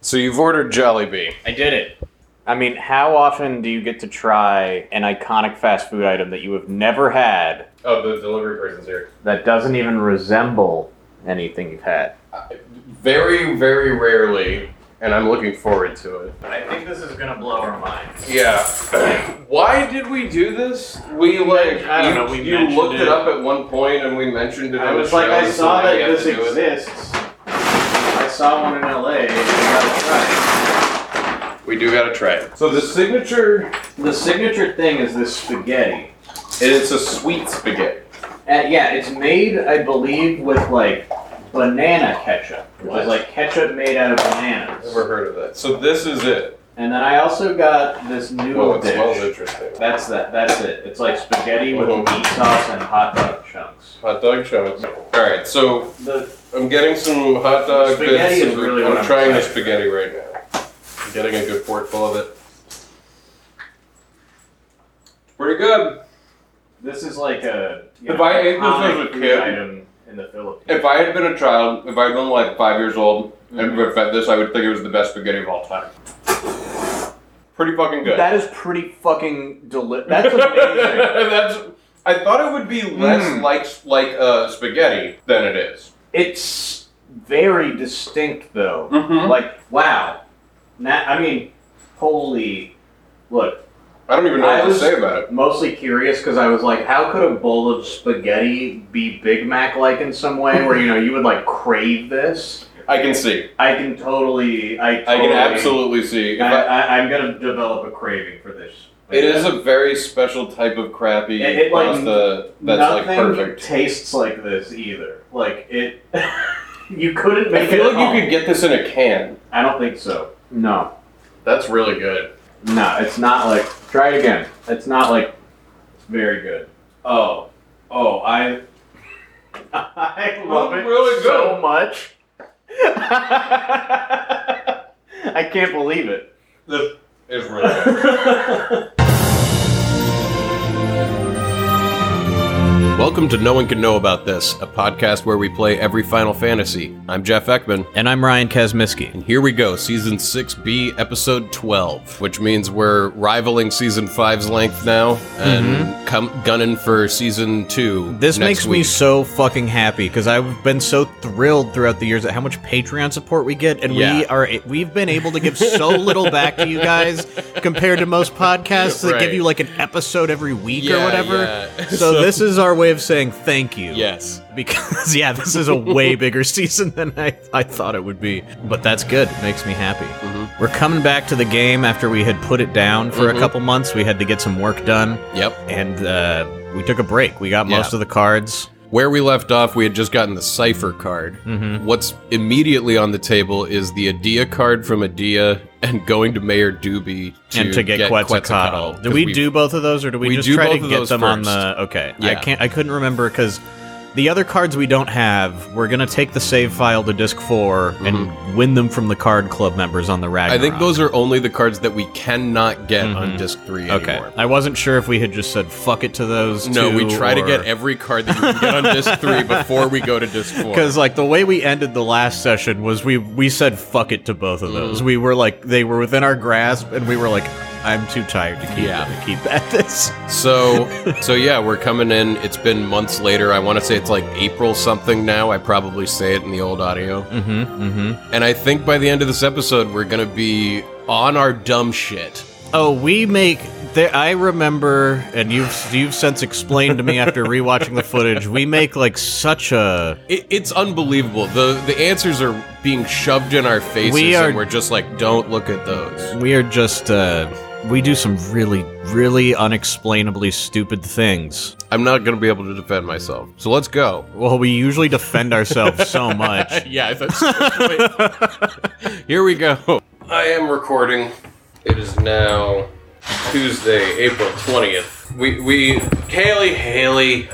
So you've ordered Jollibee. I did it. I mean, how often do you get to try an iconic fast food item that you have never had Oh, the delivery person's here. that doesn't even resemble anything you've had? Very, very rarely, and I'm looking forward to it. I think this is gonna blow our minds. Yeah. Why did we do this? We like I don't you, know, we you mentioned looked it. it. up at one point and we mentioned it. I on the was like, show, I so saw now that we have this to do it. exists. I saw one in LA. and I We do gotta try it. So the signature, gotta try it. The signature thing is this spaghetti. and it's a sweet spaghetti. And Uh, yeah, it's made, I believe, with like banana ketchup, which What? is like ketchup made out of bananas. Never heard of that. So this is it. And then I also got this noodle Well, it dish. smells interesting. That's that. That's it. It's like spaghetti with Mhm. meat sauce and hot dog chunks. Hot dog chunks. All right, so The I'm getting some hot dog Spaghetti bits. is really I'm what I'm trying the excited for. spaghetti right now. I'm getting a good forkful of it. Pretty good. this is like a you If know, I ate this iconic as a food kid- item in the Philippines. If I had been a child, if I'd been like five years old Mm-hmm. and would have fed this, I would think it was the best spaghetti of all time. Pretty fucking good. That is pretty fucking deli. That's amazing. That's. I thought it would be less Mm. like like uh, spaghetti than it is. it's very distinct though. Mhm. Like wow. Now I mean, holy. Look, I don't even know I what was- to say about it. mostly curious because I was like, how could a bowl of spaghetti be Big Mac like in some way where you know you would like crave this? I can see. I can totally. I, I totally, can absolutely see. If I- I, I, I'm gonna develop a craving for this. It is a very special type of crappy It- it, like, pasta that's Nothing like perfect. tastes like this either. Like it, you couldn't I make feel it. like you could get this in a can. I don't think so. No, That's really good. no, it's not like. Try it again. It's not like. It's very good. Oh, oh, I. I love it Really so much. I can't believe it. This is really good. Welcome to No One Can Know About This, a podcast where we play every Final Fantasy. I'm Jeff Ekman. And I'm Ryan Kazmiski. And here we go, season 6B, episode 12, which means we're rivaling season 5's length now and come gunning for season 2. Mm-hmm. This next makes me week. so fucking happy because I've been so thrilled throughout the years at how much Patreon support we get, and we Yeah. are we've been able to give so little back to you guys compared to most podcasts that give Right. you like an episode every week Yeah, or whatever. yeah. So, So- this is our way of saying thank you. Yes. Because yeah, this is a way bigger season than I, I thought it would be. But that's good. It makes me happy. Mm-hmm. We're coming back to the game after we had put it down for a couple months. We had to get some work done. Yep. and uh, we took a break. We got Yeah. most of the cards. Where we left off, we had just gotten the Cypher card. Mm-hmm. What's immediately on the table is the Adia card from Adia and going to Mayor Doobie to, and to get, Quetzalcoatl. Did we, Because do both of those, or do we, we just do try both to of get those them on first. the? Okay, I Yeah. can't. I couldn't remember because the other cards we don't have. We're gonna take the save file to disc 4 and win them from the card club members on the rag. Mm-hmm. I think those are only the cards that we cannot get on disc three Mm-hmm. okay. anymore. I wasn't sure if we had just said fuck it to those. No, we try to get every card that you can get on disc three before we go to disc four. Because like the way we ended the last session was we we said fuck it to both of those. We were like they were within our grasp, and we were like, I'm too tired to keep Yeah. to keep at this. So, so yeah, we're coming in. It's been months later. I want to say it's like April something now. I probably say it in the old audio. Mm-hmm. Mm-hmm. And I think by the end of this episode, we're gonna be on our dumb shit. Oh, we make. There, I remember, and you've you've since explained to me after rewatching the footage. We make like such a. It, it's unbelievable. The the answers are being shoved in our faces, We are- and we're just like, don't look at those. We are just. uh We do some really, really unexplainably stupid things. I'm not gonna be able to defend myself. So let's go. Well, we usually defend ourselves so much. Yeah, that's Here we go. I am recording. It is now Tuesday, April 20th. We we Haley Haley.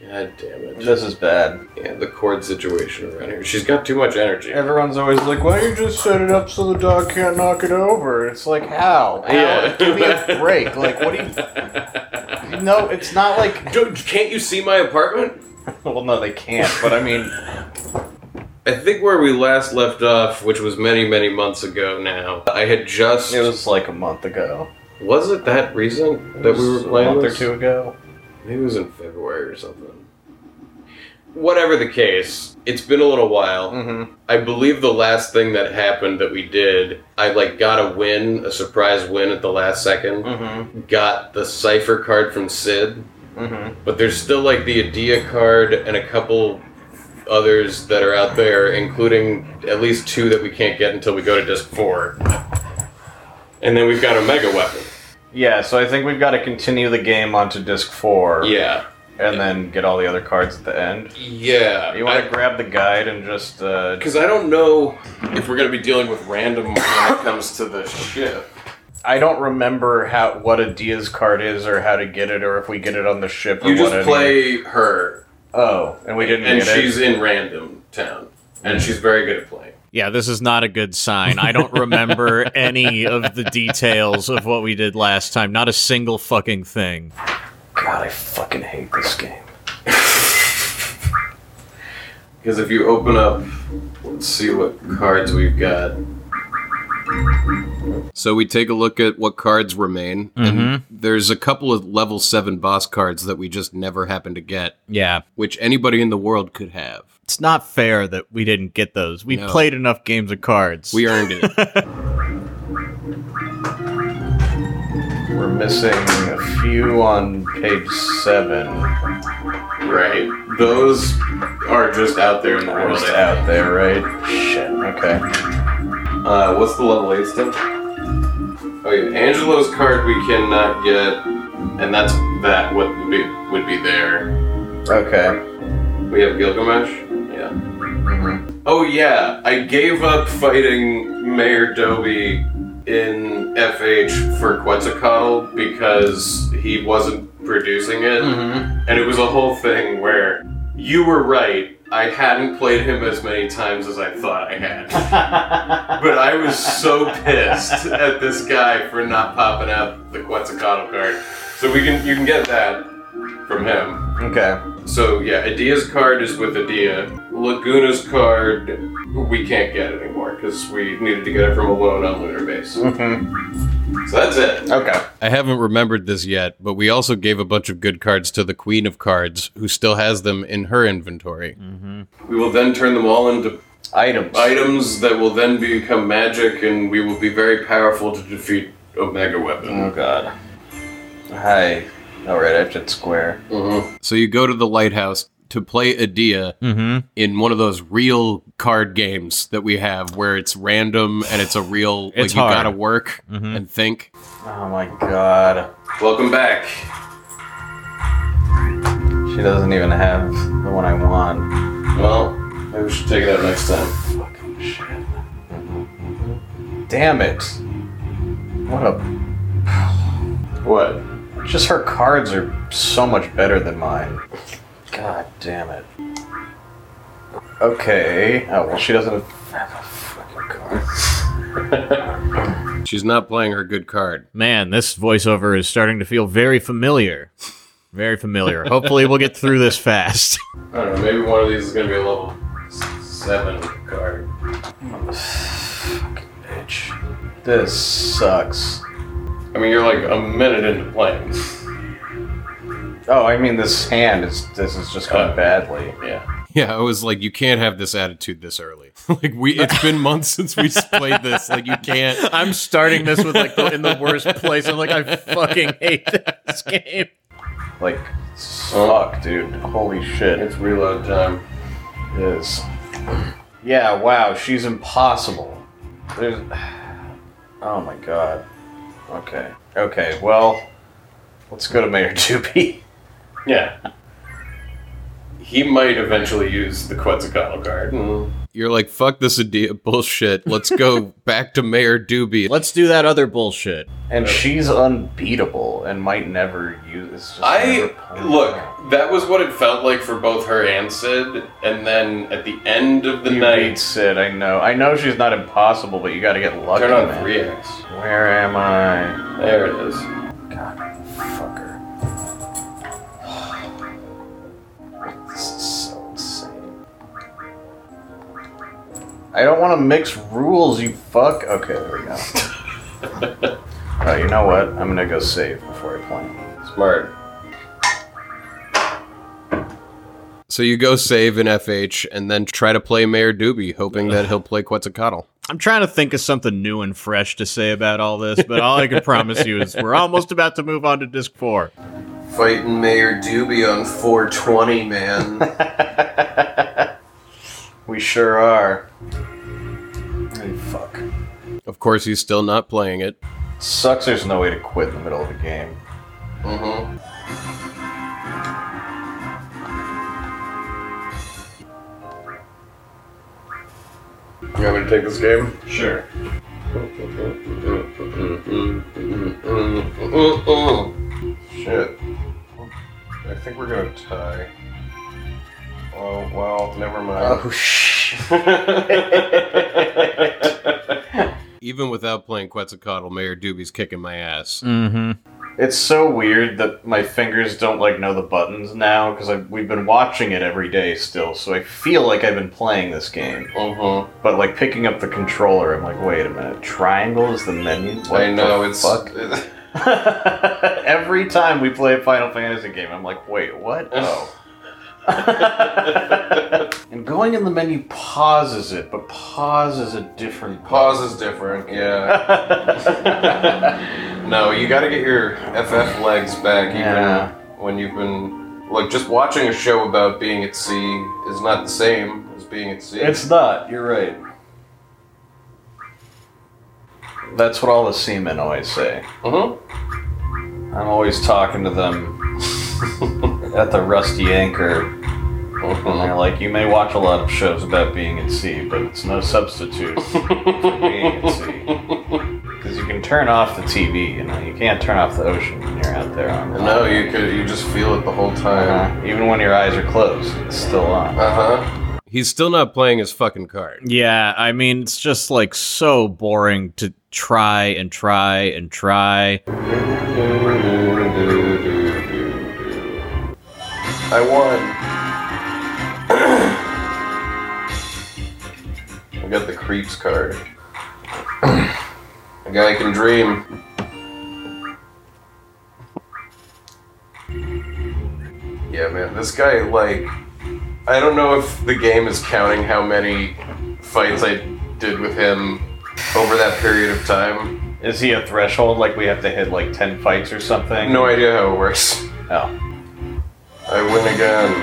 God damn it. This is bad. Yeah, the cord situation around here. She's got too much energy. Everyone's always like, why don't you just set it up so the dog can't knock it over? It's like, how? How? Yeah. Give me a break. Like, what do you. No, it's not like. Dude, can't you see my apartment? Well, no, they can't, but I mean. I think where we last left off, which was many, many months ago now, I had just. It was like a month ago. was it that recent that we were It was playing a month this? or two ago. Maybe it was in February or something. Whatever the case, it's been a little while. Mm-hmm. I believe the last thing that happened that we did, I like got a win, a surprise win at the last second. Mm-hmm. Got the cipher card from Sid, Mm-hmm. but there's still like the Adia card and a couple others that are out there, including at least two that we can't get until we go to disc four. And then we've got a mega weapon. Yeah, so I think we've got to continue the game onto disc four, Yeah, and then get all the other cards at the end. yeah. You want I- to grab the guide and just uh, Because I don't know if we're going to be dealing with random when it comes to the ship. I don't remember how what a Diaz card is or how to get it or if we get it on the ship. Or You what just any- play her, Oh, and we didn't and get she's it. in random town, and she's very good at playing. Yeah, this is not a good sign. I don't remember any of the details of what we did last time. Not a single fucking thing. God, I fucking hate this game. Because if you open up, let's see what cards we've got. So we take a look at what cards remain, Mm-hmm. and there's a couple of level seven boss cards that we just never happen to get, Yeah. which anybody in the world could have. It's not fair that we didn't get those. We No. played enough games of cards. We earned it. We're missing a few on page seven. Right. Those are just out there in the They're world. just out there, right? Shit. Okay. Uh, what's the level 8 stuff? Oh yeah, Angelo's card we cannot get, and that's that what would be, would be there. Okay. We have Gilgamesh? Yeah. Oh yeah, I gave up fighting Mayor Doby in FH for Quetzalcoatl because he wasn't producing it. Mm-hmm. And it was a whole thing where you were right. I hadn't played him as many times as I thought I had. but I was so pissed at this guy for not popping out the Quetzalcoatl card. So we can you can get that from him. Okay. So yeah, Adia's card is with Adia. Laguna's card we can't get anymore because we needed to get it from alone on lunar base. So Mhm. that's it. Okay. I haven't remembered this yet, but we also gave a bunch of good cards to the Queen of Cards, who still has them in her inventory. Mhm. We will then turn them all into Items. items that will then become magic, and we will be very powerful to defeat a mega weapon. Oh god. Hi. All right, I have to square. So you go to the lighthouse to play Adia Mhm. in one of those real card games that we have, where it's random and it's a real like It's you hard. gotta work Mhm. and think. Oh my god. Welcome back. She doesn't even have the one I want. Well, maybe we should take it out next time. Fucking shit. Damn it. What a. What? Just her cards are so much better than mine. God damn it. Okay. Oh, well, she doesn't have a fucking card. She's not playing her good card. Man, this voiceover is starting to feel very familiar. Very familiar. Hopefully, we'll get through this fast. I don't know, maybe one of these is gonna be a level s- seven card. Fucking bitch. This sucks. I mean, you're like a minute into playing. Oh, I mean, this hand is. This is just going Uh. badly. Yeah. Yeah, I was like, you can't have this attitude this early. like we, it's been months since we played this. Like you can't. I'm starting this with like the, in the worst place. I'm like, I fucking hate this game. Like, fuck, dude. Holy shit. It's reload time. It is. Yeah, wow, she's impossible. There's. Oh my god. Okay. Okay, well, let's go to Mayor Doopy. Yeah. He might eventually use the Quetzalcoatl card. Hmm. You're like, fuck this idea bullshit. Let's go back to Mayor Doobie. Let's do that other bullshit. And she's unbeatable and might never use. It's just never I played. look. That was what it felt like for both her and Sid. And then at the end of the You beat night, Sid, I know. I know she's not impossible, but you gotta get lucky. turn on man. 3x. Where am I? There it is. God, fucker. This is so insane. I don't want to mix rules, you fuck. Okay, there we go. Alright, you know what? I'm gonna go save before I play. Smart. So you go save an FH and then try to play Mayor Doobie, hoping that he'll play Quetzalcoatl. I'm trying to think of something new and fresh to say about all this, but all I can promise you is we're almost about to move on to disc four. Fighting Mayor Doobie on 420, man. We sure are. Hey, fuck. of course, he's still not playing it. Sucks there's no way to quit in the middle of the game. Mm-hmm. You want me to take this game? Sure. Shit. I think we're gonna tie. Oh, well, never mind. Oh, shit. Even without playing Quetzalcoatl, Mayor Doobie's kicking my ass. Mm-hmm. It's so weird that my fingers don't like know the buttons now because we've been watching it every day still, so I feel like I've been playing this game. Uh-huh. But like picking up the controller, I'm like, wait a minute, triangle is the menu. What I know, the it's... fuck. every time we play a Final Fantasy game, I'm like, wait, what? Oh. and going in the menu pauses it, but pauses a different Pause is different, yeah. No, you got to get your FF legs back even Yeah. when you've been like just watching a show about being at sea is not the same as being at sea. It's not. You're right. That's what all the seamen always say. Mhm. I'm always talking to them at the Rusty Anchor, and they're like, "You may watch a lot of shows about being at sea, but it's no substitute for being at sea because you can turn off the TV. You know, you can't turn off the ocean when you're out there on. No, you could you just feel it the whole time. Uh, even when your eyes are closed, it's still on. Uh huh. He's still not playing his fucking card. Yeah, I mean, it's just like so boring to try and try and try. I won. I got the creeps card. A guy can dream. Yeah, man, this guy, like, I don't know if the game is counting how many fights I did with him over that period of time. Is he a threshold? Like we have to hit like ten fights or I something? have no idea how it works. Oh. I win again.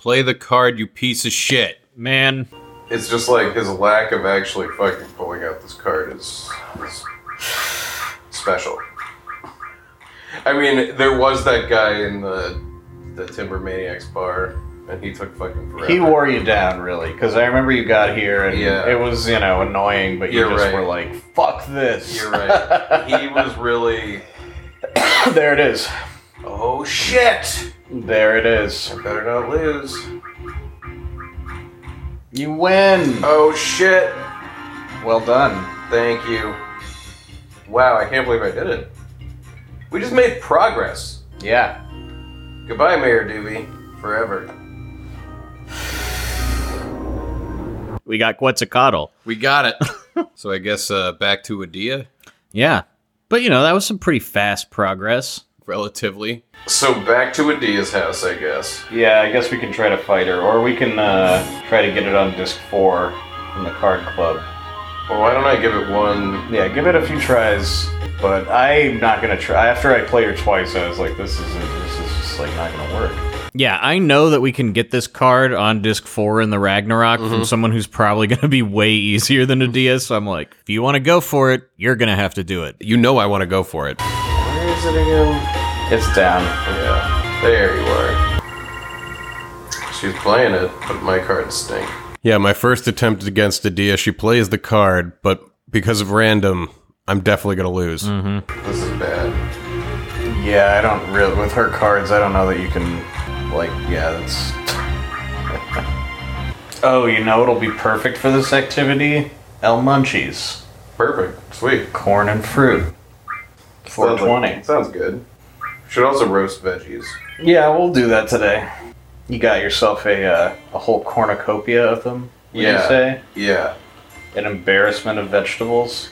Play the card, you piece of shit. Man, It's just like his lack of actually fucking pulling out this card is, is special. I mean, there was that guy in the the Timber Maniacs bar, and he took fucking forever. He wore you down, really, because I remember you got here and Yeah. it was, you know, annoying, but you You're just right. were like, fuck this. You're right. he was really. there it is. Oh shit! There it is. Better not lose. You win. Oh shit! Well done. Thank you. Wow, I can't believe I did it. We just made progress. Yeah. Goodbye, Mayor Doobie. Forever. we got Quetzalcoatl. We got it. so I guess uh, back to Adia, Yeah. But, you know, that was some pretty fast progress. relatively. So back to Adia's house, I guess. Yeah, I guess we can try to fight her, or we can uh, try to get it on disc four from the card club. Well, why don't I give it one? Yeah, give it a few tries, but I'm not gonna try. After I played her twice, I was like, this isn't, this is just like not gonna work. Yeah, I know that we can get this card on disc four in the Ragnarok from someone who's probably going to be way easier than Adia. So I'm like, if you want to go for it, you're going to have to do it. You know I want to go for it. Where is it again? It's down. Yeah, there you are. She's playing it, but my cards stink. Yeah, my first attempt against Adia, she plays the card, but because of random, I'm definitely gonna lose. Mm-hmm. This is bad. Yeah, I don't really. With her cards, I don't know that you can. Like, yeah, that's. oh, you know it'll be perfect for this activity? El Munchies. Perfect. Sweet. Corn and fruit. Sounds like- 420. Sounds good. Should also roast veggies. Yeah, we'll do that today. You got yourself a uh, a whole cornucopia of them. Would Yeah. you say Yeah. an embarrassment of vegetables?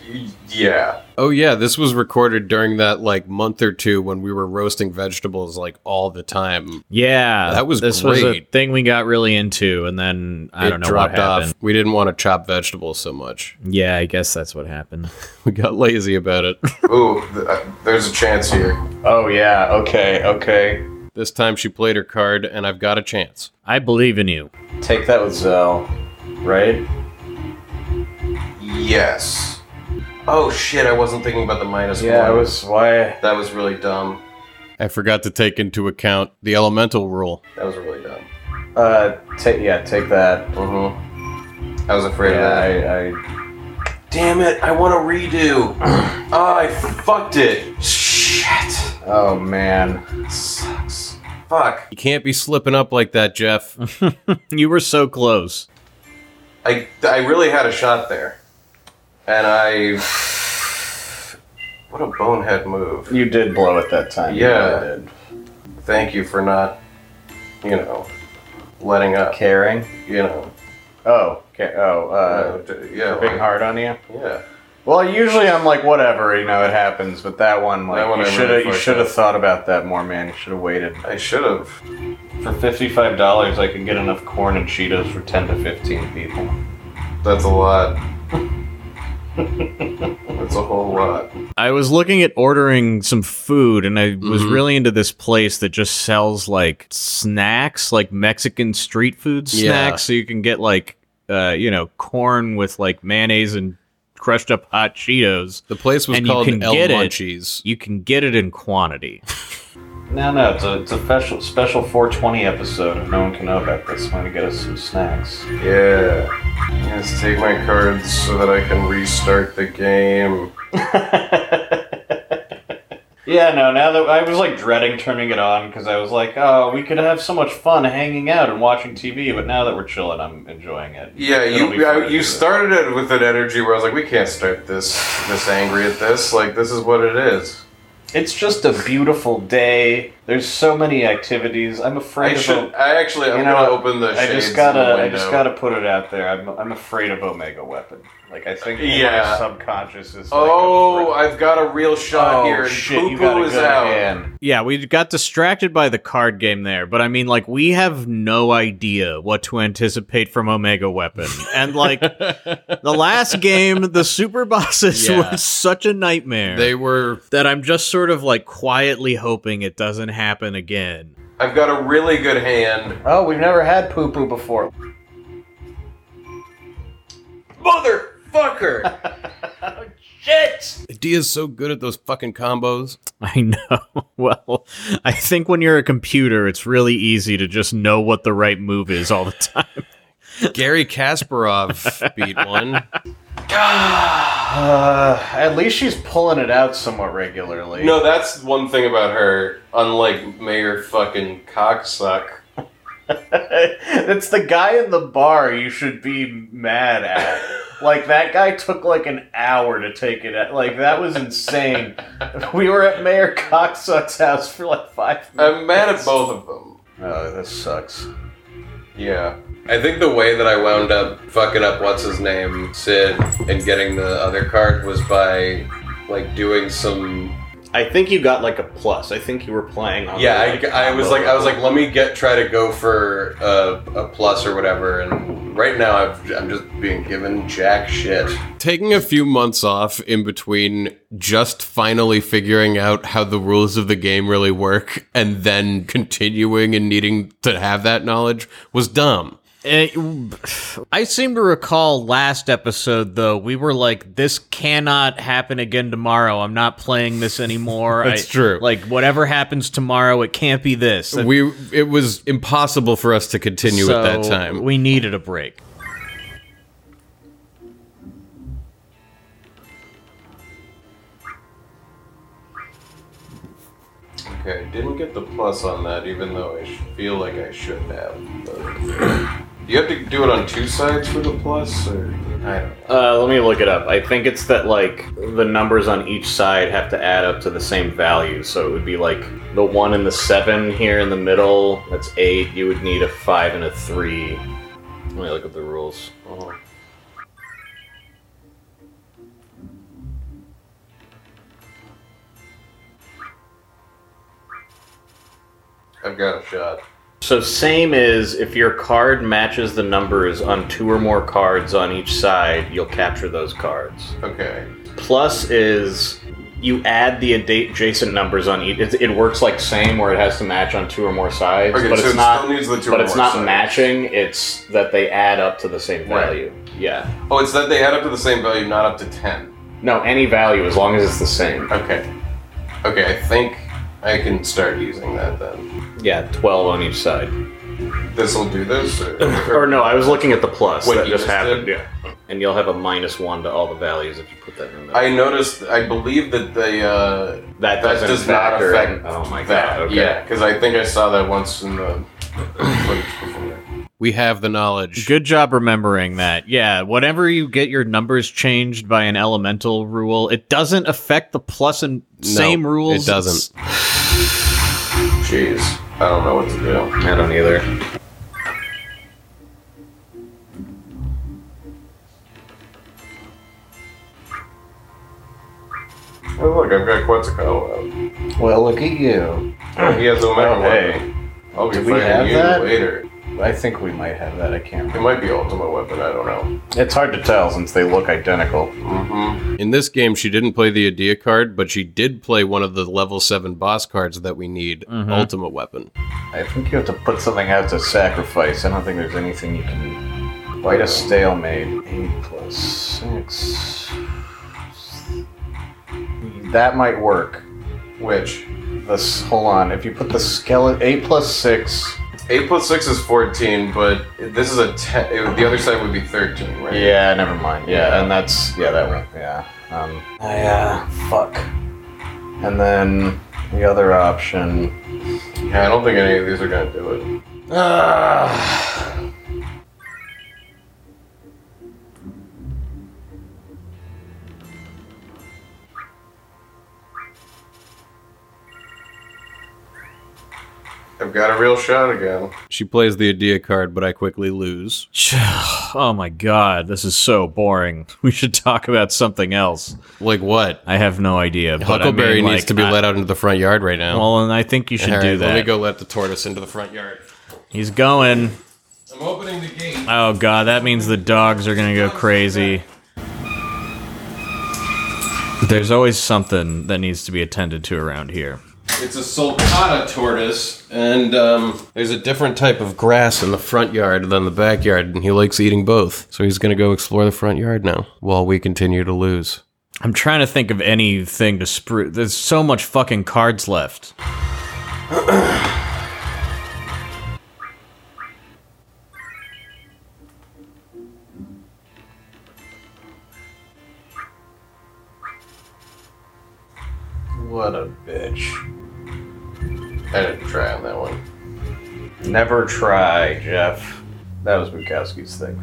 Yeah. Oh yeah, this was recorded during that like month or two when we were roasting vegetables like all the time. Yeah, That was this was a great. thing we got really into, and then I it don't know dropped what happened. off. We didn't want to chop vegetables so much. Yeah, I guess that's what happened. We got lazy about it. Ooh, th- uh, there's a chance here. Oh yeah. Okay. Okay. this time she played her card and I've got a chance. I believe in you. Take that with Zell, right? Yes. Oh shit! I wasn't thinking about the minus Yeah, I one. was. Why? That was really dumb. I forgot to take into account the elemental rule. That was really dumb. Uh, take yeah, take that. Mm-hmm. I was afraid of that. Yeah, I, Damn it! I want to redo. oh, I fucked it. Shit. I. Oh man. Sucks. Fuck. You can't be slipping up like that, Jeff. You were so close. I I really had a shot there, and I. What a bonehead move. You did blow it that time. You Yeah. really did. Thank you for not, you know, letting up. Uh, Caring. You know. Oh. Okay. Oh. Uh. d- yeah. Being like- hard on you. Yeah. Well, usually I'm like, whatever, you know, it happens. But that one, like, That one you I should really have, you fucked should up. have thought about that more, man. You should have waited. I should have. For fifty-five dollars, I could get enough corn and Cheetos for ten to fifteen people. That's a lot. That's a whole lot. I was looking at ordering some food and I was Mhm. really into this place that just sells like snacks, like Mexican street food Yeah. snacks. So you can get like, uh, you know, corn with like mayonnaise and crushed up hot Cheetos. The place was And you called can El get it. Munchies. You can get it in quantity. No, no, it's a, it's a special special 420 episode. If no one can know about this, I'm gonna get us some snacks. Yeah. Let's take my cards so that I can restart the game. Yeah, no. Now that I was like dreading turning it on because I was like, oh, we could have so much fun hanging out and watching TV. But now that we're chilling, I'm enjoying it. Yeah, It'll be you fun I, to you do started it with an energy where I was like, we can't start this this angry at this. Like this is what it is. that. It's just a beautiful day. There's so many activities. I'm afraid I of should. O- I actually. I'm You know, gonna open the. I shades just in gotta. the I just window. gotta put it out there. I'm, I'm afraid of Omega Weapon. Like I think my Yeah. subconscious is. Like, Oh, afraid- I've got a real shot Oh, here, and shit! Poo you got Poo a is good out. hand. Yeah, we got distracted by the card game there, but I mean, like, we have no idea what to anticipate from Omega Weapon. And, like, the last game, the super bosses Yeah. was such a nightmare They were that I'm just sort of, like, quietly hoping it doesn't happen again. I've got a really good hand. Oh, we've never had poo poo before. Motherfucker! Oh, Dia's so good at those fucking combos. I know. Well, I think when you're a computer, it's really easy to just know what the right move is all the time. Gary Kasparov beat one. Uh, at least she's pulling it out somewhat regularly. no, that's one thing about her. Unlike Mayor fucking cocksuck. it's the guy in the bar you should be mad at. Like that guy took like an hour to take it. Out. Like that was insane. we were at Mayor Cocksuck's house for like five. minutes. I'm mad at both of them. Oh, this sucks. Yeah. I think the way that I wound up fucking up what's his name, Sid, and getting the other card was by like doing some I think you got like a plus. I think you were playing on. yeah the, I, I was combo like i was like level. let me get try to go for a, a plus or whatever and right now I've, i'm just being given jack shit Taking a few months off in between just finally figuring out how the rules of the game really work and then continuing and needing to have that knowledge was dumb. Eh, I seem to recall last episode though we were like this cannot happen again tomorrow. I'm not playing this anymore. That's I- true. Like whatever happens tomorrow, it can't be this. And We it was impossible for us to continue at that so time. We needed a break. okay didn't get the plus on that even though i sh- feel like i should have but You have to do it on two sides for the plus, or I don't. Uh, let me look it up. I think it's that like the numbers on each side have to add up to the same value. So it would be like the one and the seven here in the middle. That's eight. You would need a five and a three. Let me look up the rules. Oh. I've got a shot. So same is if your card matches the numbers on two or more cards on each side, you'll capture those cards. Okay. Plus is you add the ad- adjacent numbers on each. It, it works like same where it has to match on two or more sides, Okay, but so it's it not. still needs the two but or it's more not sides. matching. It's that they add up to the same Right. value. Yeah. Oh, it's that they add up to the same value, not up to ten. No, any value as long as it's the same. Okay. Okay, I think I can start using that then. Yeah, twelve on each side. This will do this. Or, Or no, I was looking at the plus What that you just just happened. did? Yeah. And you'll have a minus one to all the values if you put that in there. I noticed. I believe that they. Uh, that that doesn't does not factor in- affect. Oh my that. god. Okay. Yeah, because I think I saw that once in uh, the. footage before. We have the knowledge. Good job remembering that. Yeah, whenever you get your numbers changed by an elemental rule, it doesn't affect the plus and same rules. it doesn't. It's- Jeez, I don't know what to do. I don't either. Oh, look, I've got Quetzalcoatl. Well, look at you. He has no matter Oh, what. hey. I'll be Do we fighting have you that? later. I think we might have that. I can't. It might be Ultimate Weapon, I don't know. It's hard to tell since they look identical. Mm-hmm. In this game, she didn't play the Adia card, but she did play one of the level 7 boss cards that we need Mm-hmm. Ultimate Weapon. I think you have to put something out to sacrifice. I don't think there's anything you can fight a stalemate. Eight plus six. That might work. Which? This hold on. If you put the skeleton eight plus six. 8 plus 6 is 14, but this is a 10. It, the other side would be 13, right? Yeah, never mind. Yeah, and that's yeah that one. Yeah. Um. I uh fuck. And then the other option. Yeah, I don't think any of these are gonna do it. Oh Ah. I've got a real shot again. She plays the Adia card, but I quickly lose. Oh my god, this is so boring. We should talk about something else. Like what? I have no idea. but I Huckleberry mean, needs like, to be I- let out into the front yard right now. Well, and I think you should All right, do that. Let me go let the tortoise into the front yard. He's going. I'm opening the gate. Oh god, that means the dogs are gonna go crazy. There's always something that needs to be attended to around here. It's a sulcata tortoise, and um, there's a different type of grass in the front yard than the backyard, and he likes eating both. So he's going to go explore the front yard now while we continue to lose. I'm trying to think of anything to spruce. There's so much fucking cards left. What a bitch. I didn't try on that one. Never try, Jeff. That was Bukowski's thing.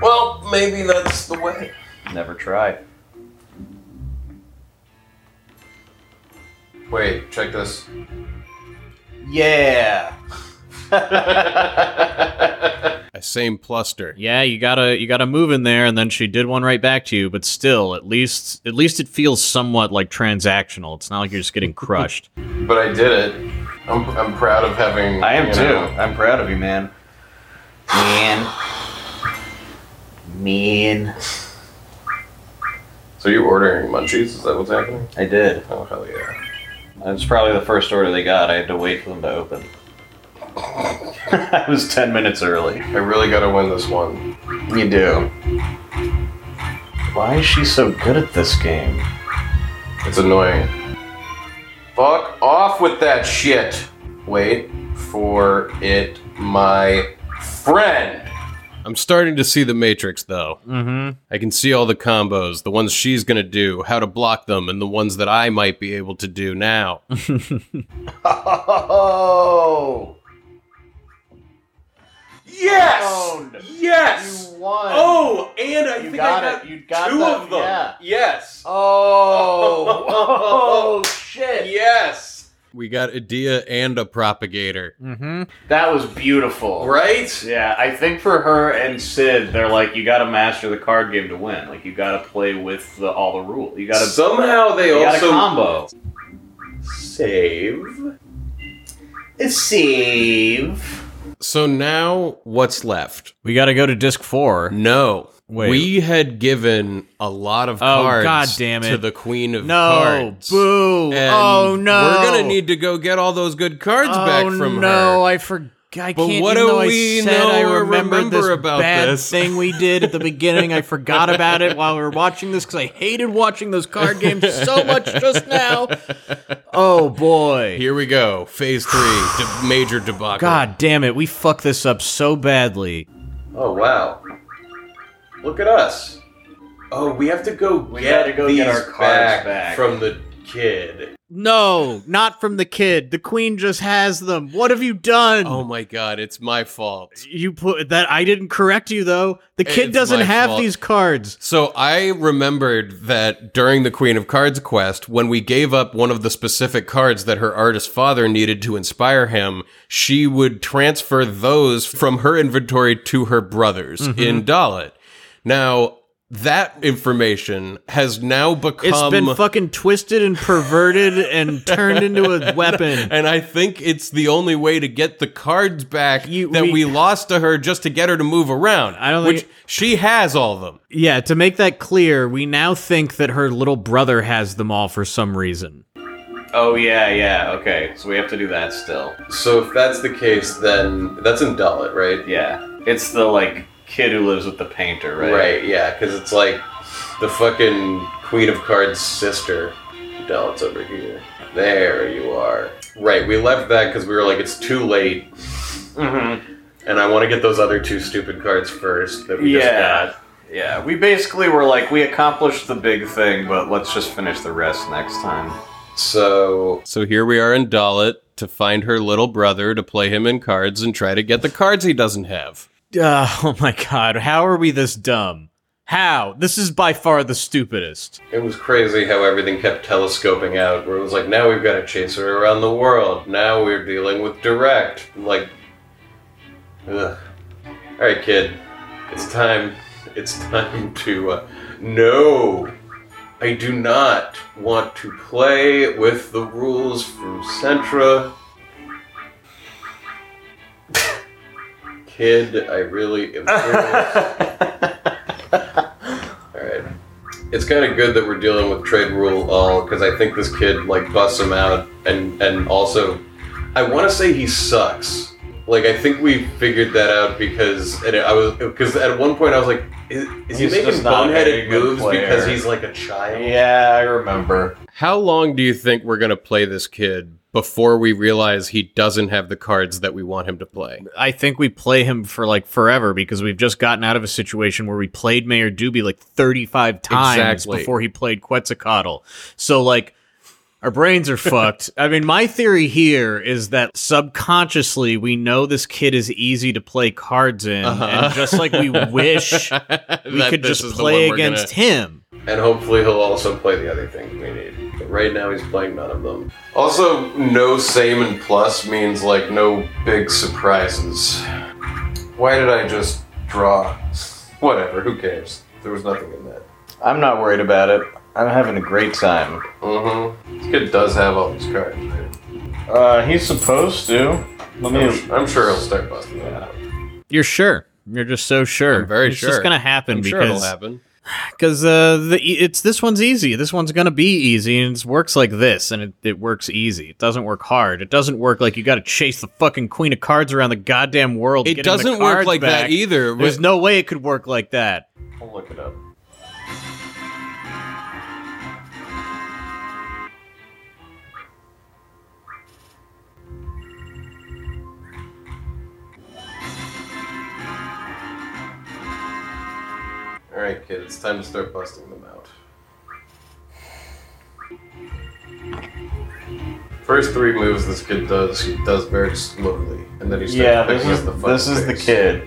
Well, maybe that's the way. Never try. Wait, check this. Yeah. A same pluster. Yeah, you gotta you gotta move in there, and then she did one right back to you. But still, at least at least it feels somewhat like transactional. It's not like you're just getting crushed. But I did it. I'm, I'm proud of having. I am you too. know- I'm proud of you, man. Man. Man. So you're ordering munchies? Is that what's happening? I did. Oh hell yeah! That's probably the first order they got. I had to wait for them to open. I was 10 minutes early. I really gotta win this one. You do. Why is she so good at this game? It's annoying. Fuck off with that shit. Wait for it, my friend. I'm starting to see the matrix, though. mm-hmm. I can see all the combos, the ones she's going to do, how to block them, and the ones that I might be able to do now. Oh! Yes! Owned. Yes! You won. Oh, and I You think got I it. got You got two the- of them. yeah. Yes. Oh. Oh shit. Yes. We got a Dia and a propagator. Mm-hmm. That was beautiful. Right? Yeah, I think for her and Sid, they're like, you got to master the card game to win. Like, you got to play with the, all the rules. You got to Somehow they you got a also combo. save. Save. So now what's left? We got to go to disc four. No. Wait. Oh, We had given a lot of cards God damn it. to the Queen of No, Cards. boo! And oh no! We're gonna need to go get all those good cards oh, back from no, her. I forgot. I But can't. what even do though we I said I know or remembered remember this about bad this? thing we did at the beginning. I forgot about it while we were watching this because I hated watching those card games so much just now. Oh boy! Here we go. Phase three, de- major debacle. God damn it! We fucked this up so badly. Oh wow. Look at us. Oh, we have to go We get gotta go these get our cards back, back. from the kid. No, not from the kid. The queen just has them. What have you done? Oh my god, it's my fault. You put that. I didn't correct you though. The kid It's doesn't my have fault. these cards. So I remembered that during the Queen of Cards quest, when we gave up one of the specific cards that her artist father needed to inspire him, she would transfer those from her inventory to her brothers Mm-hmm. in Dalit. Now, that information has now It's become been fucking twisted and perverted and turned into a weapon. and I think it's the only way to get the cards back You- that we, we- lost to her just to get her to move around. I don't which think- she has all of them. Yeah, to make that clear, we now think that her little brother has them all for some reason. Oh, yeah, yeah. Okay, so we have to do that still. So if that's the case, then that's in Dalit, right? Yeah. It's the, like, kid who lives with the painter, right? Right, yeah, because it's like the fucking Queen of Cards sister. Dallas over here. There you are. Right, we left that because we were like, it's too late, Mm-hmm. and I want to get those other two stupid cards first that we Yeah. just Yeah. We basically were like, we accomplished the big thing, but let's just finish the rest next time. got. So, So here we are in Dalit to find her little brother to play him in cards and try to get the cards he doesn't have. Uh, oh my god, how are we this dumb? How? This is by far the stupidest. it was crazy how everything kept telescoping out, where it was like, now we've got to chase her around the world. Now we're dealing with direct. Like, ugh. Alright, kid. It's time. It's time to. Uh, no! I do not want to play with the rules from Sentra. Kid, I really am. Alright. It's kind of good that we're dealing with trade rule all because I think this kid like busts him out and and also I want to say he sucks. Like I think we figured that out because and I was because at one point I was like, is, is he He's making just not boneheaded a good moves because player. he's like a child? Yeah, I remember. How long do you think we're going to play this kid before we realize he doesn't have the cards that we want him to play? I think we play him for like forever because we've just gotten out of a situation where we played Mayor Doobie like 35 times Exactly. before he played Quetzalcoatl. So, like, our brains are fucked. I mean, my theory here is that subconsciously we know this kid is easy to play cards in, and just like we wish, we could just play against him. And hopefully he'll also play the other things we need. But right now he's playing none of them. Also, no same and plus means like no big surprises. Why did I just draw? Whatever, who cares? There was nothing in that. I'm not worried about it. I'm having a great time. Mm-hmm. This kid does have all these cards. Right? Uh, he's supposed to. Let me. I'm sure he'll start busting them out. You're sure. You're just so sure. I'm very it's It's sure. just gonna happen I'm because sure it'll happen. because uh, the e- it's this one's easy. This one's gonna be easy, and it works like this, and it, it works easy. It doesn't work hard. It doesn't work like you got to chase the fucking queen of cards around the goddamn world. It getting the doesn't work cards like back. that either. There's no way it could work like that. I'll look it up. Alright, kid, it's time to start busting them out. First three moves this kid does, he does very slowly, and then he starts Yeah, this picking is up the this fucking is the pace. kid.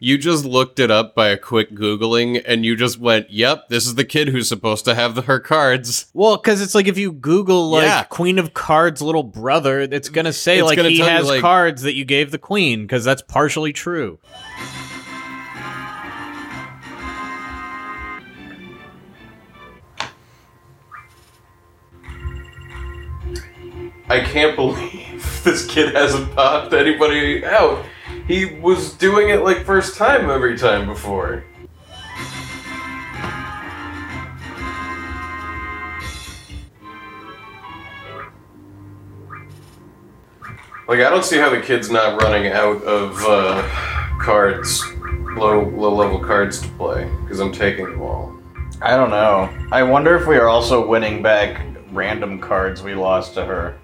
You just looked it up by a quick Googling and you just went, yep, this is the kid who's supposed to have the, her cards. Well, because it's like if you Google like Yeah. Queen of Cards little brother, it's gonna say It's like gonna he tell you, has like- cards that you gave the queen because that's partially true. I can't believe this kid hasn't popped anybody out. He was doing it like first time every time before. Like I don't see how the kid's not running out of uh, cards, low low level cards to play because I'm taking them all. I don't know. I wonder if we are also winning back random cards we lost to her.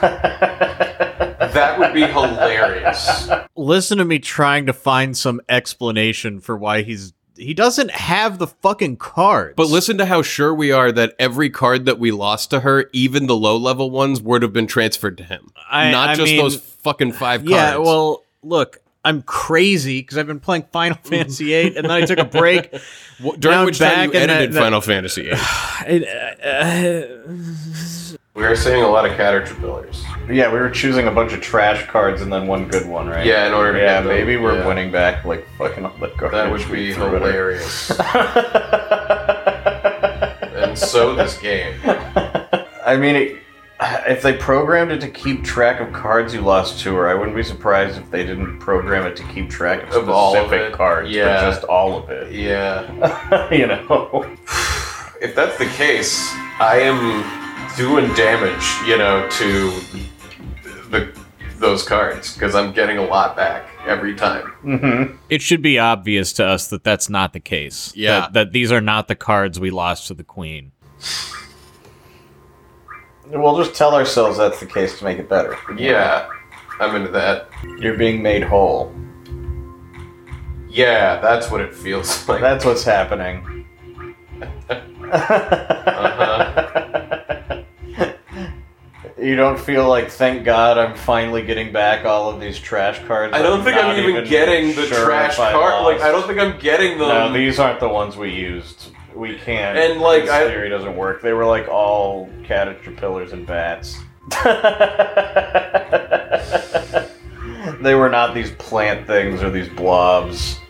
That would be hilarious. Listen to me trying to find some explanation for why he's he doesn't have the fucking cards. But listen to how sure we are that every card that we lost to her, even the low level ones, would have been transferred to him. I- Not I just mean- those fucking five cards. Yeah, well, look, I'm crazy because I've been playing Final Fantasy VIII, and then I took a break. W- during now which time back you in that- edited that- Final Fantasy VIII. And, uh, we are seeing a lot of caterpillars. Yeah, we were choosing a bunch of trash cards and then one good one, right? Yeah, in order to Yeah, get them, maybe we're yeah. winning back like fucking all the garbage. That would be we threw at her. hilarious. and so this game. I mean, it, if they programmed it to keep track of cards you lost to her, I wouldn't be surprised if they didn't program it to keep track of, Of specific all of it, cards, yeah. but just all of it. Yeah. you know. If that's the case, I am doing damage, you know, to the those cards because I'm getting a lot back every time. it should be obvious to us that that's not the case. Yeah. that, that these are not the cards we lost to the queen. We'll just tell ourselves that's the case to make it better. Yeah, I'm into that. You're being made whole. Yeah, that's what it feels like. That's what's happening. Uh-huh. You don't feel like, thank God, I'm finally getting back all of these trash cards. I don't think I'm not even, getting the sure trash if I card. Like lost. I don't think I'm getting them. No, these aren't the ones we used. We can't. Um, And, like, this I- theory doesn't work. They were like all caterpillars and bats. they were not these plant things or these blobs.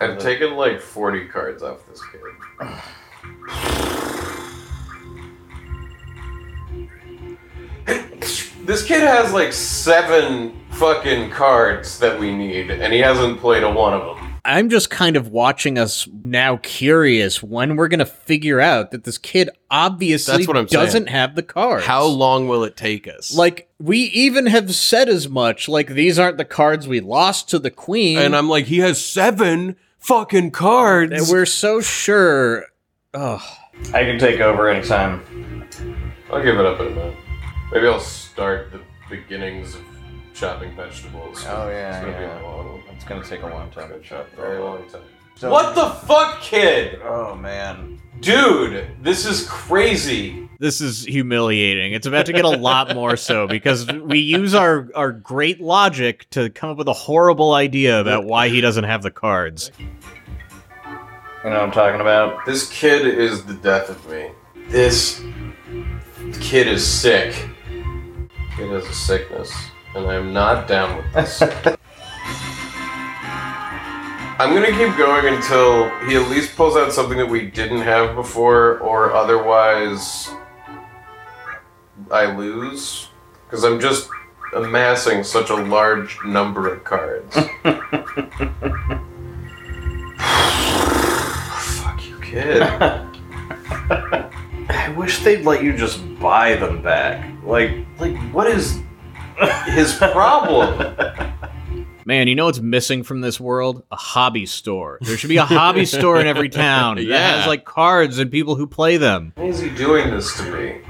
I've taken like 40 cards off this kid. this kid has like seven fucking cards that we need, and he hasn't played a one of them. I'm just kind of watching us now curious when we're going to figure out that this kid obviously That's what I'm saying. doesn't have the cards. How long will it take us? Like, we even have said as much. Like, these aren't the cards we lost to the queen. and I'm like, he has seven fucking cards. And we're so sure. Ugh. I can take over anytime. I'll give it up in a minute. Maybe I'll start the beginnings of chopping vegetables. Oh, yeah, It's gonna yeah. be a long one. It's gonna take a long It's time gonna to chop chop. a very long time. So- What the fuck, kid? Oh man. Dude, this is crazy. This is humiliating. It's about to get a lot more so because we use our, our great logic to come up with a horrible idea about why he doesn't have the cards. You know what I'm talking about? This kid is the death of me. This kid is sick. Kid has a sickness, and I'm not down with this. I'm gonna keep going until he at least pulls out something that we didn't have before, or otherwise I lose. Because I'm just amassing such a large number of cards. Fuck you, kid. I wish they'd let you just buy them back. Like, Like, what is his problem? Man, you know what's missing from this world? A hobby store. There should be a hobby store in every town that Yeah. has like cards and people who play them. Why is he doing this to me?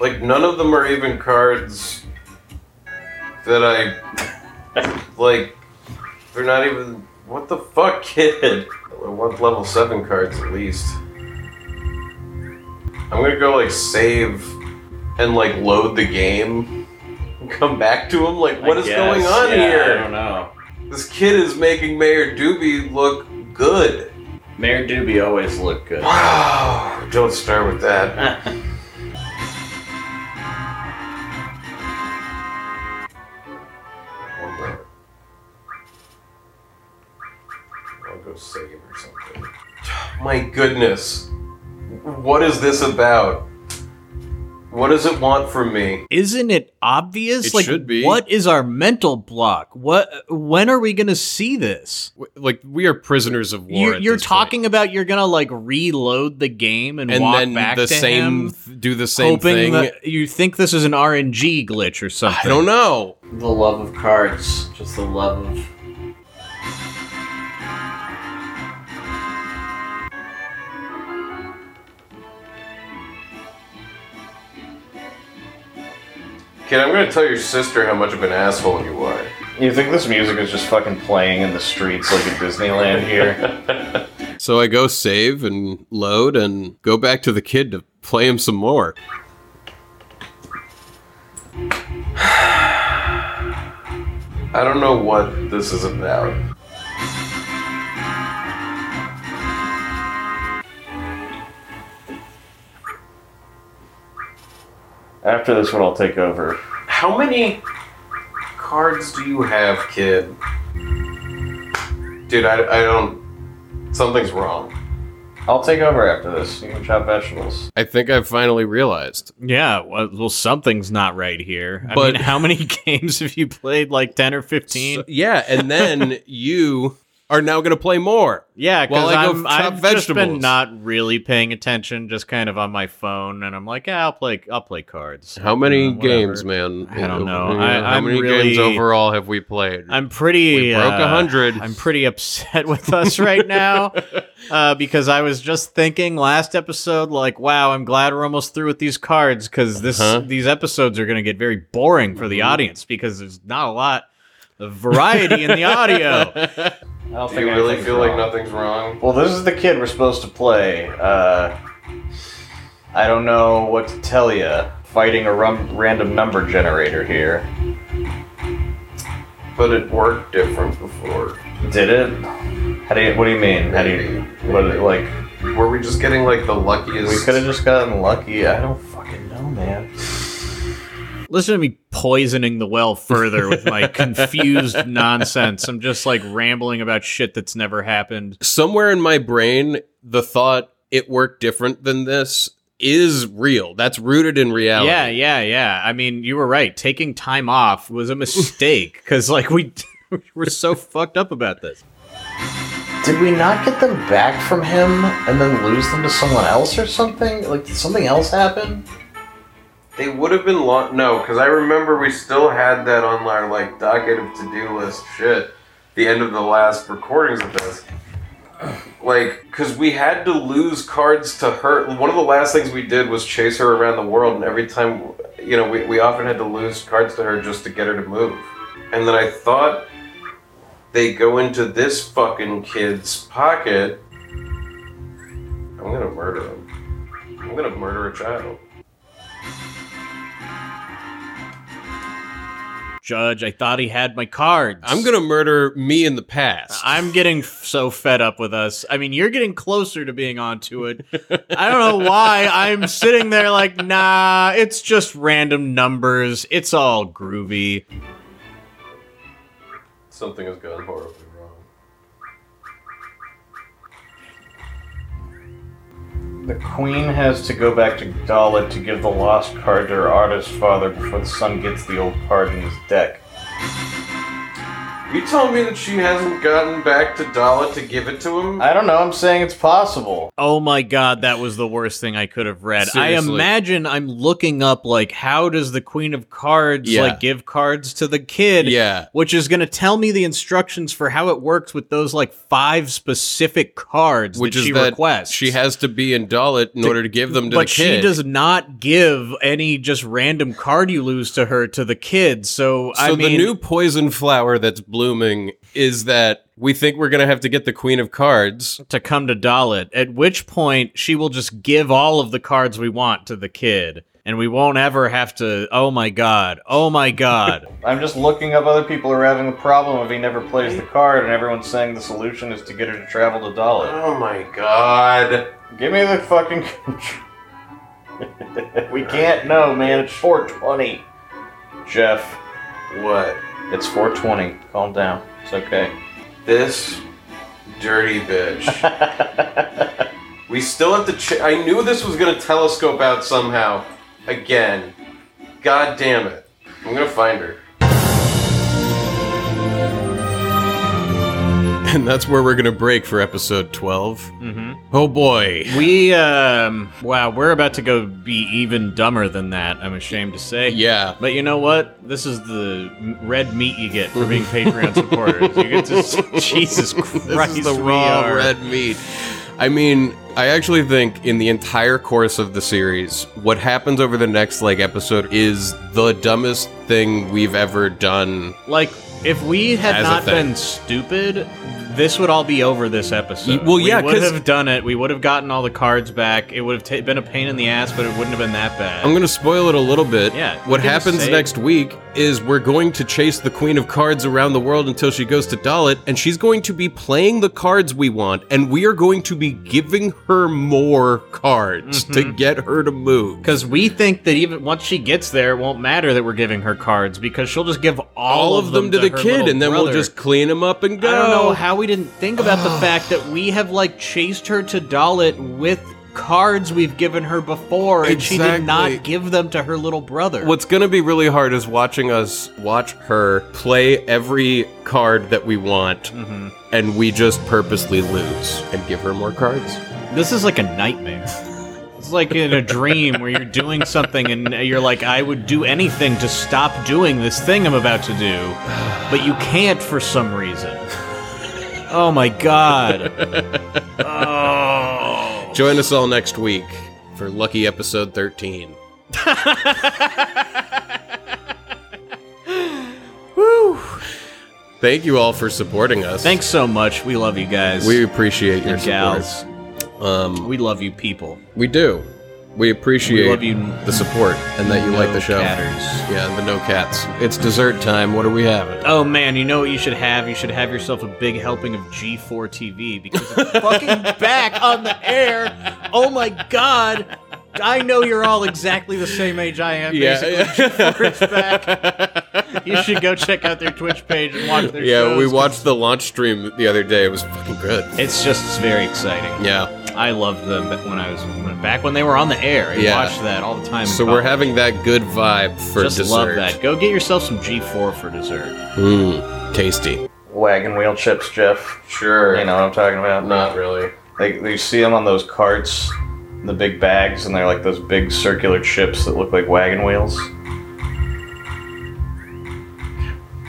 Like, none of them are even cards that I. Like, they're not even What the fuck, kid? I want level 7 cards at least. I'm gonna go, like, save and, like, load the game. and Come back to him? Like, what is going on I here? don't know. This kid is making Mayor Doobie look good. Mayor Doobie always looked good. Wow! Don't start with that. One minute. I'll go save or something. My goodness. What is this about? What does it want from me? Isn't it obvious? It like, should be. what is our mental block? What? When are we gonna see this? W- Like we are prisoners of war. You're, at you're this point. talking about you're gonna like reload the game and, and walk then back the to same him, th- do the same hoping thing. that you think this is an RNG glitch or something. I don't know. The love of cards, just the love of. Kid, I'm gonna tell your sister how much of an asshole you are. You think this music is just fucking playing in the streets like at Disneyland here? So I go save and load and go back to the kid to play him some more. I don't know what this is about. After this one, I'll take over. How many cards do you have, kid? Dude, I, I don't. Something's wrong. I'll take over after this. You can chop vegetables. I think I finally realized. Yeah, well, well, something's not right here. I But- mean, how many games have you played? Like ten or fifteen? So- yeah, and then you are now going to play more. yeah, While because I go I'm chop I've just been vegetables. not really paying attention, just kind of on my phone, and I'm like, yeah, I'll play, I'll play cards. How many Uh, whatever. games, man? I don't know. Yeah, I- How I'm many really- games overall have we played? I'm pretty We broke uh, 100. I'm pretty upset with us right now uh, because I was just thinking last episode, like, wow, I'm glad we're almost through with these cards because this Uh-huh. these episodes are going to get very boring for the Mm-hmm. audience because there's not a lot of variety in the audio. I don't Do think you really anything's feel like wrong. nothing's wrong? Well, this is the kid we're supposed to play. Uh, I don't know what to tell you. Fighting a rum- random number generator here. But it worked different before. Did it? How do you? What do you mean? How do you? What? Like Were we just getting like the luckiest? we could have just gotten lucky. I don't fucking know, man. Listen to me poisoning the well further with my confused nonsense. I'm just like rambling about shit that's never happened. Somewhere in my brain, the thought it worked different than this is real. That's rooted in reality. Yeah, yeah, yeah. I mean, you were right. Taking time off was a mistake because, like, we we're so fucked up about this. Did we not get them back from him and then lose them to someone else or something? Like did something else happen? They would have been lo- no, because I remember we still had that on our like docket of to do list shit. The end of the last recordings of this, like, because we had to lose cards to her. One of the last things we did was chase her around the world, and every time, you know, we, we often had to lose cards to her just to get her to move. And then I thought they go into this fucking kid's pocket. I'm gonna murder him. I'm gonna murder a child. Judge, I thought he had my cards. I'm going to murder me in the past. I'm getting f- so fed up with us. I mean, you're getting closer to being onto it. I don't know why I'm sitting there like, nah, it's just random numbers. It's all groovy. Something has gone horribly wrong. The queen has to go back to Dalit to give the lost card to her artist father before the son gets the old card in his deck. You telling me that she hasn't gotten back to Dala to give it to him? I don't know, I'm saying it's possible. Oh my god, that was the worst thing I could have read. I Seriously. imagine I'm looking up like how does the Queen of Cards Yeah. like give cards to the kid? Yeah. Which is going to tell me the instructions for how it works with those like five specific cards which that is she that requests. she has to be in Dalit in order to give them to but the kid. she does not give any just random card you lose to her to the kid. So, so I mean the new poison flower that's blooming is that we think we're going to have to get the Queen of Cards. to come to Dalit, at which point she will just give all of the cards we want to the kid. And we won't ever have to, oh my god, oh my god. I'm just looking up other people who are having a problem if he never plays the card, and everyone's saying the solution is to get her to travel to Dalit. Oh my god. Give me the fucking. control. we can't know, man. It's 420. Jeff, What? it's 420. Calm down. It's okay. This dirty bitch. we still have to. Ch- I knew this was gonna telescope out somehow. Again. God damn it. I'm gonna find her. And that's where we're going to break for episode 12. Hmm. Mm-hmm. Oh boy. we, um, wow, we're about to go be even dumber than that, I'm ashamed to say. Yeah. But you know what? This is the m- red meat you get for being Patreon supporters. You get to, s- Jesus Christ, This is the we raw are- red meat. I mean, I actually think in the entire course of the series, what happens over the next like episode is the dumbest thing we've ever done. Like, if we had As a not thing. been stupid, this would all be over this episode. Y- well, yeah, we would 'cause- have done it. We would have gotten all the cards back. It would have ta been a pain in the ass, but it wouldn't have been that bad. I'm going to spoil it a little bit. Yeah, What you can happens say- next week is we're going to chase the Queen of Cards around the world until she goes to Dalit, and she's going to be playing the cards we want, and we are going to be giving her more cards Mm-hmm. to get her to move. because we think that even once she gets there, it won't matter that we're giving her cards because she'll just give all, all of them to the her kid, little and then we'll brother. just clean them up and go. I don't know how we didn't think about the fact that we have like chased her to Dalit with cards we've given her before, and she did Exactly. not give them to her little brother. What's going to be really hard is watching us watch her play every card that we want, Mm-hmm. and we just purposely lose and give her more cards. This is like a nightmare. It's like in a dream where you're doing something and you're like, I would do anything to stop doing this thing I'm about to do, but you can't for some reason. Oh my god. Oh. Join us all next week for Lucky Episode 13. Woo. Thank you all for supporting us. Thanks so much. We love you guys. We appreciate your and gals. support. Um, We love you people. we do. We appreciate We love you the support and that you like the show. Catters. Yeah, and the no cats. It's dessert time. What are we having? Oh man, you know what you should have? You should have yourself a big helping of G4 TV because I'm fucking back on the air. Oh my god. I know you're all exactly the same age I am, basically. It's back. You should go check out their Twitch page and watch their yeah. shows. We watched the launch stream the other day. It was fucking good. It's just very exciting. Yeah. I loved them ba- when I was when- back when they were on the air. I Yeah. watched that all the time. in So we're college. having that good vibe for just dessert. love that. Go get yourself some G4 for dessert. Mmm. Tasty. Wagon wheel chips, Jeff. Sure. You know what I'm talking about? Not really. Like you see them on those carts, the big bags, and they're like those big circular chips that look like wagon wheels.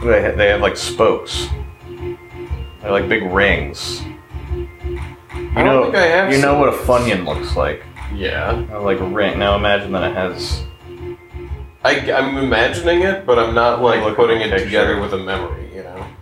They have, they have like spokes. They're like big rings. You don't know, think I have you know seen what a funyun looks like? Yeah. Uh, Like a ring. Now imagine that it has. I, I'm imagining it, but I'm not like Look at putting the it picture. together with a memory, you know?